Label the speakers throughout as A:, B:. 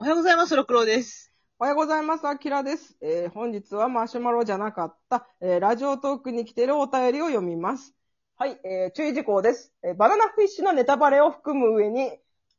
A: おはようございます、ろくろです。
B: おはようございます。あきらです。えー本日はマシュマロじゃなかった、えーラジオトークに来ているお便りを読みます。はい、えー注意事項です、えーバナナフィッシュのネタバレを含む上に、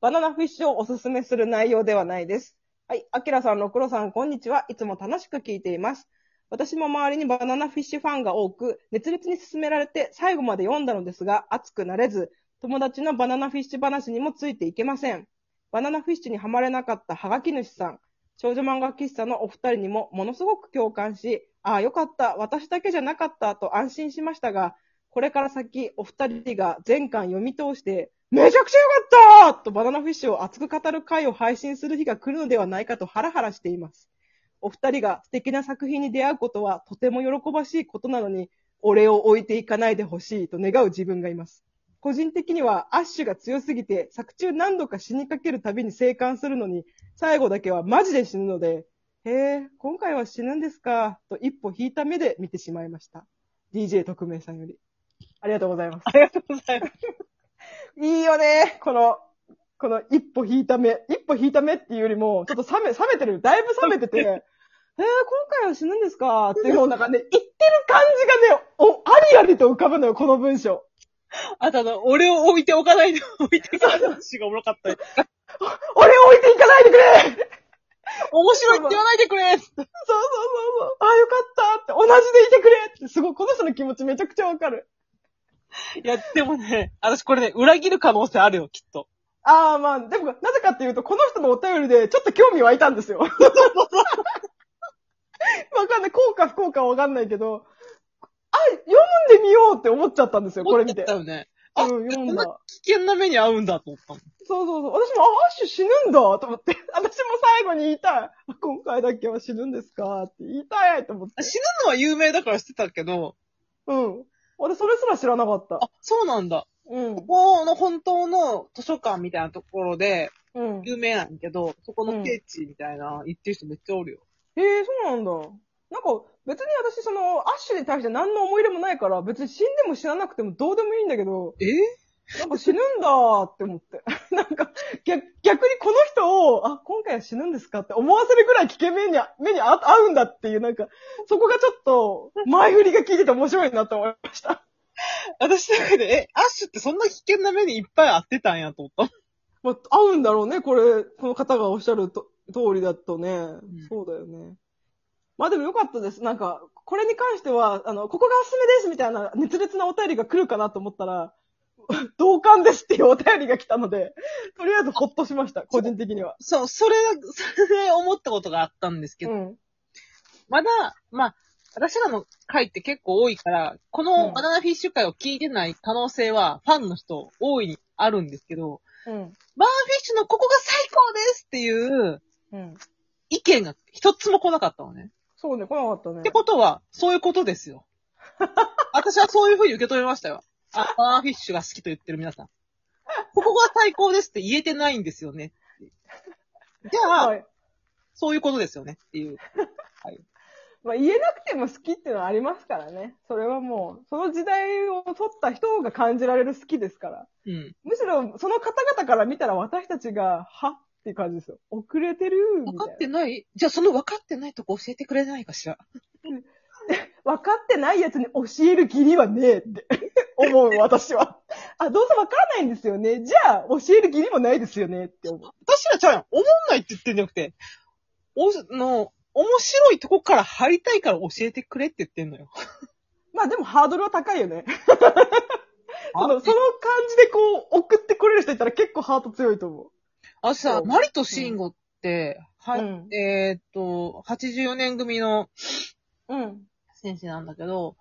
B: バナナフィッシュをおすすめする内容ではないです。はい、あきらさん、ろくろさん、こんにちは。いつも楽しく聞いています。私も周りにバナナフィッシュファンが多く、熱烈に勧められて最後まで読んだのですが、熱くなれず、友達のバナナフィッシュ話にもついていけません。バナナフィッシュにはまれなかったハガキ主さん。少女漫画喫茶のお二人にもものすごく共感し、ああ、よかった、私だけじゃなかったと安心しましたが、これから先、お二人が全巻読み通して、めちゃくちゃよかったとバナナフィッシュを熱く語る回を配信する日が来るのではないかとハラハラしています。お二人が素敵な作品に出会うことはとても喜ばしいことなのに、俺を置いていかないでほしいと願う自分がいます。個人的にはアッシュが強すぎて、作中何度か死にかけるたびに生還するのに、最後だけはマジで死ぬので、へえ、今回は死ぬんですか、と一歩引いた目で見てしまいました。DJ 特命さんより。ありがとうございます。
A: ありがとうございます。
B: いいよね、この、この一歩引いた目。一歩引いた目っていうよりも、ちょっと冷め、冷めてる。だいぶ冷め てて、えー、今回は死ぬんですかっていうのをなんかね、言ってる感じがね、お、ありありと浮かぶのよ、この文章。
A: あとあの、俺を置いておかないで、置いていかないでほしいがおもろかった。
B: 俺を置いていかないでくれ
A: 面白いって言わないでくれ
B: そうそうそうそう。ああ、よかったって、同じでいてくれって、すごい、この人の気持ちめちゃくちゃわかる。
A: いや、でもね、私これね、裏切る可能性あるよ、きっと。
B: ああ、まあ、でも、なぜかっていうと、この人のお便りで、ちょっと興味湧いたんですよ。わ かんない。効果不効果はわかんないけど、あ、読んでみようって思っちゃったんですよ、これ見て。
A: だ
B: うん、
A: よね。あ、
B: 読んだ。そう
A: 危険な目に遭うんだと思ったの。
B: そうそう。私も、あ、アッシュ死ぬんだと思って。私も最後に言いたい。今回だけは死ぬんですかって言いたいと思って。
A: 死ぬのは有名だから知ってたけど、
B: うん。私、それすら知らなかった。
A: あ、そうなんだ。
B: うん
A: こ。この本当の図書館みたいなところで、
B: うん。
A: 有名なんやけど、そこの聖地みたいな、行ってる人めっちゃおるよ。
B: ええそうなんだ。なんか、別に私、その、アッシュに対して何の思い入れもないから、別に死んでも死ななくてもどうでもいいんだけど、
A: え
B: なんか死ぬんだーって思って。 なんか、逆、逆にこの人を、あ、今回は死ぬんですかって思わせるぐらい危険目にあ、目にあ合うんだっていう、なんか、そこがちょっと、前振りが聞いてて面白いなと思いました。
A: 私の中で、え、アッシュってそんな危険な目にいっぱい遭ってたんやと思った。
B: まあ、合うんだろうね、これ、この方がおっしゃると通りだとね、
A: ん
B: そうだよね。まあでもよかったです。なんか、これに関しては、あの、ここがおすすめですみたいな熱烈なお便りが来るかなと思ったら、 同感ですっていうお便りが来たので、 とりあえずほっとしました、個人的には。
A: そう、それ、それ思ったことがあったんですけ
B: う
A: ど、
B: ん。
A: まだ、まあ、私らの回って結構多いから、こ
B: う
A: の
B: ん
A: バナナフィッシュ会を聞いてない可能性は、ファンの人、大いにあるんですけど、
B: うん。
A: バーナナフィッシュのここが最高ですっていう
B: うん。
A: 意見が一つも来なかったのね。
B: そうね、来なかったね
A: って。ことは、そういうことで すよ。私はそういうふうに受け止めましたよ。あ、バーナナフィッシュが好きと言ってる皆さん。ここが最高ですって言えてないんですよね。じゃあ、
B: はい。
A: そういうことですよねっていう。
B: まあ言えなくても好きっていうのはありますからね。それはもう、その時代を取った人が感じられる好きですから。
A: うん。
B: むしろ、その方々から見たら私たちが、はっていう感じですよ。遅れてるみ
A: 分か
B: た
A: っ
B: い
A: てないじゃあその分かってないとこ教えてくれないかしら。
B: な。分かってないやつに教える義理はねえって 思う、私は。あ、どうせ分からないんですよね。じゃあ、教える義理もないですよねって思う。
A: 私らちゃうやん。思んないって言ってんじゃなくて、おの、面白いとこから入りたいから教えてくれって言ってんのよ。
B: まあでもハードルは高いよね。その、
A: あ
B: その感じでこう、送ってこれる人いたら結構ハート強いと思
A: あさ、マリとシンゴって、は
B: う。
A: い、
B: うん。
A: えーっと、84年組の
B: うん。
A: 選手なんだけど、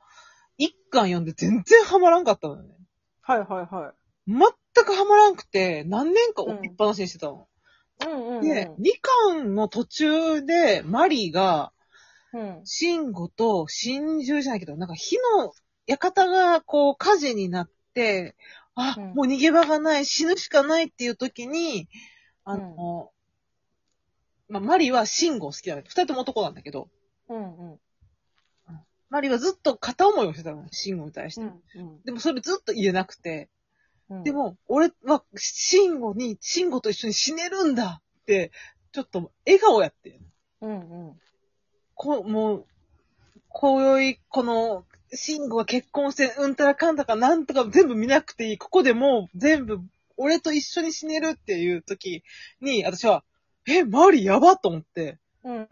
A: 一巻読んで全然ハマらんかったのよね。
B: はいはいは
A: 全くハマらんくて、何年か置きっぱなしにしてたの。
B: い。うんうん、うん。
A: で、二巻の途中で、マリが、
B: うん。
A: シンゴと真珠じゃないけど、なんか火の館がこう火事になって、あ、
B: うん
A: もう逃げ場がない、死ぬしかないっていう時に、あの、まあ、マリはシンゴを好きだね。二人とも男なんだけど、
B: うんうん。
A: マリはずっと片思いをしてたの、シンゴに対して。
B: うん
A: でもそれずっと言えなくて、
B: うん。
A: でも、俺は、シンゴに、シンゴと一緒に死ねるんだって、ちょっと、笑顔やって。
B: うんうん。
A: こもう、今宵、この、慎吾が結婚して、うんたらかんだかなんとか全部見なくていい。ここでもう全部、俺と一緒に死ねるっていう時に、私は、え、周りやばと思って、
B: うんうん。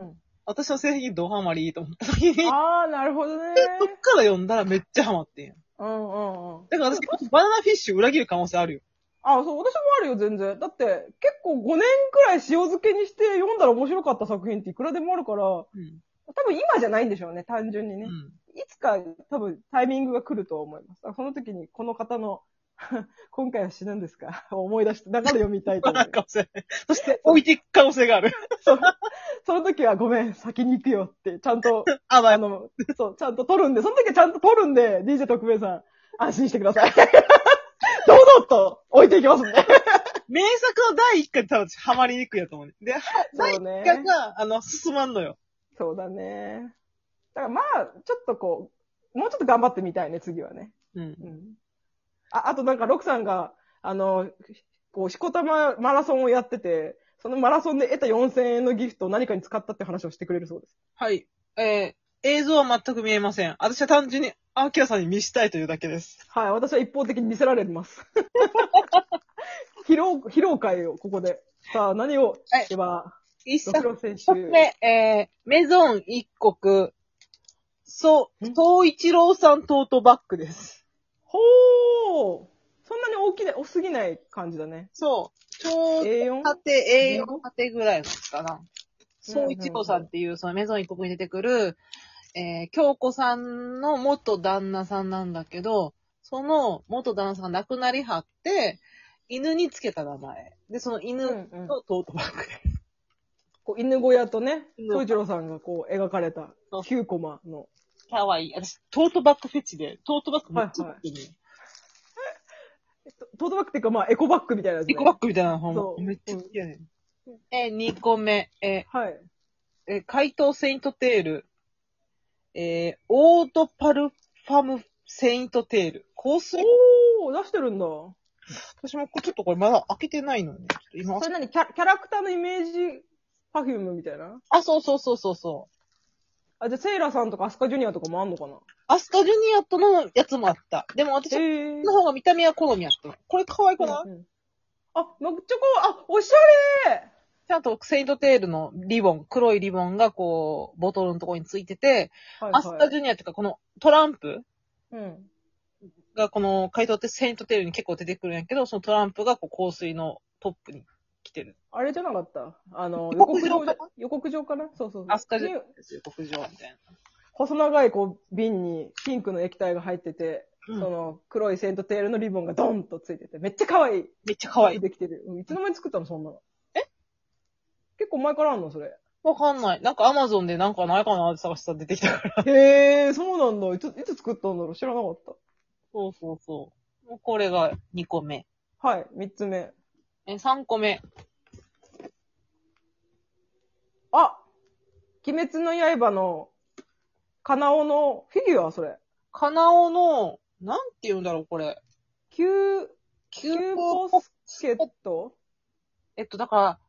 A: 私の性癖ドハマりと思った時に、で
B: ああ、なるほどね。
A: そっから読んだらめっちゃハマってんやん。
B: うんうんうん。
A: だから私、バナナフィッシュ裏切る可能性あるよ。
B: あ、そう、私もあるよ、全然。だって、結構5年くらい塩漬けにして読んだら面白かった作品っていくらでもあるから、多
A: うん。
B: 分今じゃないんでしょうね、単純にね
A: う。ん。
B: いつか多分タイミングが来ると思います。だからその時にこの方の、 今回は死ぬんですかを思い出して、流れ読みたいと思
A: ない ん
B: ます。
A: かそれそして、置いていく可能性がある。
B: その時はごめん、先に行くよって、ちゃん と、
A: あ、ま
B: あ
A: あ、
B: の、そう、ちゃんと撮るんで、その時はちゃんと撮るんで、DJ 特命さん、安心してくだ さい。 堂々と置いていきますんで。
A: 名作の第1回で多分私ハマりにくいやと思うね。で、第
B: そ
A: 1
B: うね。
A: 回が、あの、進まんのよ。
B: そうだね。だからまあ、ちょっとこう、もうちょっと頑張ってみたいね、次はね。
A: うん。
B: うん。あ、あとなんか、ロクさんが、あの、こう、しこたまマラソンをやってて、そのマラソンで得た4000円のギフトを何かに使ったって話をしてくれるそうです。
A: はい。えー、映像は全く見えません。私は単純に、アキラさんに見したいというだけです。
B: はい、私は一方的に見せられてます。 疲労、疲労会をここで。さあ、何を
A: はい
B: では、
A: 一
B: ロクロ選手。
A: 目、えー、メゾン一国、そう、
B: ん
A: 東一郎さんトートバッグです。
B: ほーそんなに大きな、多すぎない感じだね。
A: そう。ちょうど
B: A4?
A: 縦、
B: 英語
A: A4 縦ぐらいのやつかな。そう一郎さんっていう、そのメゾン一国に出てくる、えー、京子さんの元旦那さんなんだけど、その元旦那さん亡くなりはって、犬につけた名前。で、その
B: うん
A: 犬
B: うん
A: のトートバッグです。
B: こう犬小屋とね、
A: うん
B: 宗一郎さんがこう描かれた
A: そう
B: 9コマの。
A: かわいい。私、トートバッグフェチで、トートバッグめっちゃ持ってる、
B: トトートバッグっていうかまあエコバッグみたいなやつ、ね。
A: エコバッグみたいな本
B: そう
A: めっちゃ好きやねん。え、2個目。え、
B: はい。
A: え、怪盗セイントテール。えーオートパルファムセイントテール。香水
B: おー、出してるんだ。そ
A: 私もこれちょっとこれまだ開けてないのね。ちょっと今。
B: れ何キャキャラクターのイメージパフュームみたいな
A: あ、そうそうそうそうそう。
B: あ、じゃあセイラさんとかアスカジュニアとかもあんのかな
A: アスカジュニアとのやつもあった。でも私
B: え
A: の
B: ー。
A: 方が見た目は好みやった。これ可愛くな
B: う
A: い、
B: んうんあ、めっちゃこう、あ、おしゃれ
A: ちゃんとセイントテールのリボン、黒いリボンがこう、ボトルのところについてて、
B: はい
A: アスカジュニアっていうかこのトランプ
B: うん。
A: がこの回答ってセイントテールに結構出てくるんやけど、そのトランプがこう香水のトップに来てる。
B: あれじゃなかったあの、
A: 予
B: 予
A: 告
B: 告
A: 状
B: 状
A: かな、
B: 予告状かなそうそうそう。
A: アスカジュニ
B: に
A: アですよ、国上みたいな。
B: 細長いこう瓶にピンクの液体が入ってて、
A: うん
B: その黒いセントテールのリボンがドンとついてて、めっちゃ可愛い。
A: めっちゃ可愛い。
B: できてる。うんいつの間に作ったの、そんなの。え結構前からあんの、それ。
A: わかんない。なんかアマゾンでなんかないかなって探したら出てきたから。
B: へえ、そうなんだ。いつ、いつ作ったんだろう知らなかっ
A: そうそうそう。これが2個目。
B: た。はい、三つ目。
A: え、3個目。
B: あ鬼滅の刃の、カナオのフィギュア、それ。
A: カナオの、なんて言うんだろう、これ。
B: キュー、
A: キ
B: キ
A: ュ
B: ュ
A: ー
B: ー
A: ポ
B: ポスケット
A: えっと、だから、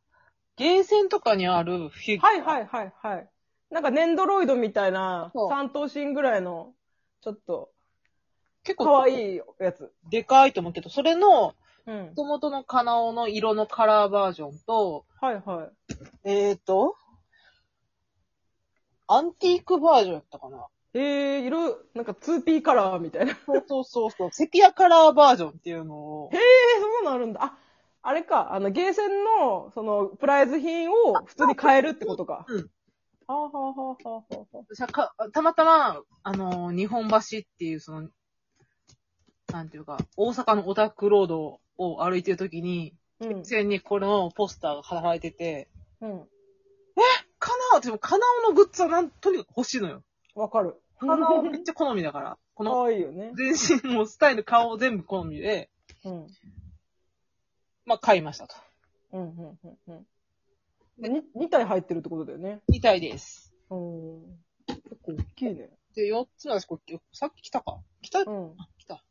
A: ゲーセンとかにあるフィギュア。
B: はいはいはいはい。なんかネンドロイドみたいな、
A: そう
B: 三頭身ぐらいの、ちょっと、
A: 結構、
B: 可
A: い。
B: 愛いやつ。
A: でかいと思うけど、それの、
B: うん
A: 元々のカナオの色のカラーバージョンと、
B: はいはい。
A: えーと、アンティークバージョンやったかな。
B: えー、色、なんか 2P カラーみたいな。えー、
A: そうそうそう そう。セピアカラーバージョンっていうのを
B: へ、そんなのあるんだ。あ、あれか、あの、ゲーセンの、その、プライズ品を普通に買えるってことか。
A: うん。
B: はあはあはあはあはあ。
A: さかたまたま、あのー日本橋っていう、その、なんていうか、大阪のオタクロードを歩いてるときに、
B: うん
A: 以。前にこれのポスターが貼られてて、
B: うん。
A: カナオ、でもカナオのグッズはなんとにかく欲しいのよ。
B: わかる。
A: カナオめっちゃ好みだから。この
B: 可愛いよね。
A: 全身もスタイル、顔全部好みで、
B: うん。
A: まあ買いましたと。
B: うん、うん、うん、うん。でに二体入ってるってことだよね。
A: 2体です。
B: うん。結構大きいね。
A: で、4つ目はこれ、さっき来たか来た、
B: うん。
A: 来た。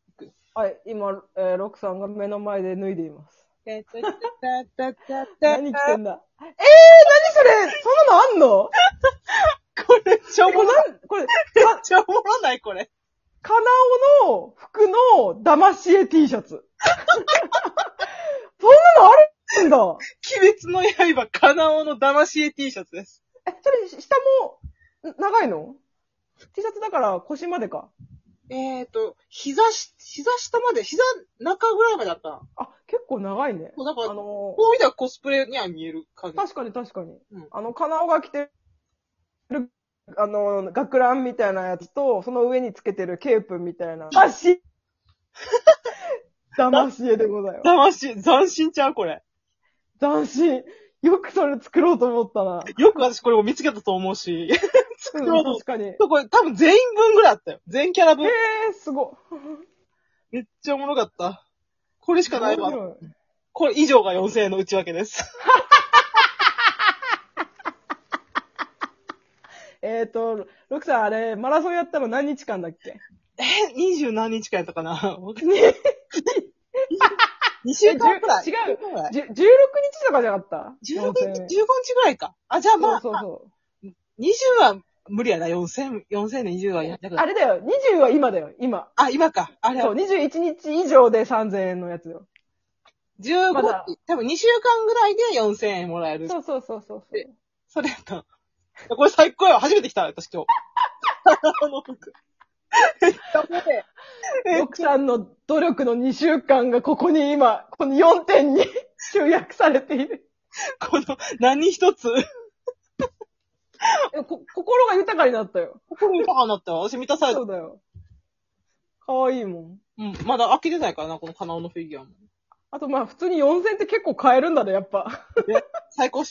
B: はい、今、えーロックさんが目の前で脱いでいます。
A: たたたたたた
B: 何着てんだそれ、そんなのあんの
A: これ、しょう
B: こ
A: も
B: れ
A: な
B: なん、これ、
A: い。しょうもない、これ。
B: カナオの服の騙し絵 T シャツ。そんなのあるんだ。
A: 鬼滅の刃、カナオの騙し絵 T シャツです。
B: え、それ、下も、ん長いの ?T シャツだから腰までか。
A: えーと、膝し、膝下まで、膝中ぐらいまであったな。
B: あ、結構長いね。
A: もうなんか
B: あの
A: こう見たらコスプレには見える
B: ー、
A: 影。
B: 確かに確かに。
A: うん
B: あの、カナオが着てる、あのー、学ランみたいなやつと、その上につけてるケープみたいな。騙し 騙し絵でございます。
A: 騙し、斬新ちゃうこれ。
B: 斬新。よくそれ作ろうと思ったな。
A: よく私これを見つけたと思うし。
B: うん
A: ろう
B: 確かに。え
A: これ多分全員分ぐらいあったよ。全キャラ分。
B: ー、すご。
A: めっちゃおもろかった。これしかないわ。
B: 面白い
A: これ以上が4000円の内訳です。
B: えっ、ー、と、ロクさん、あれ、マラソンやったの何日間だっけ
A: え、二十何日間やった かな
B: ね
A: 二週間くらい。
B: えじゅ違う
A: う。
B: じゅ16日とかじゃなかった
A: 15
B: 4000
A: 日、15日ぐらいか。あ、じゃあまあ、
B: そうそう
A: 20は無理やな。4000、4000で20はやった
B: そう。
A: から。
B: あれだよ、20は今だよ、今。
A: あ、今か。あれ
B: そ
A: は
B: う、21日以上で3000円のやつよ。
A: 15、
B: まだ
A: 多分2週間ぐらいで4000円もらえる。
B: そうそうそうそうそう。
A: それやった。いやこれ最高よ。初めて来た、私今日。 あの服 え
B: ロクさんの努力の2週間がここに今、この4点に 集約されてい る。
A: この、何 一つ。
B: えこ心が豊かになったよ。
A: 心豊かになったわ。私満たされた
B: そ。うだよ。かわいいもん。
A: うん。まだ開けてないからな、このカナオのフィギュアも。
B: あとまあ普通に4000って結構買えるんだね、やっぱ。
A: 最高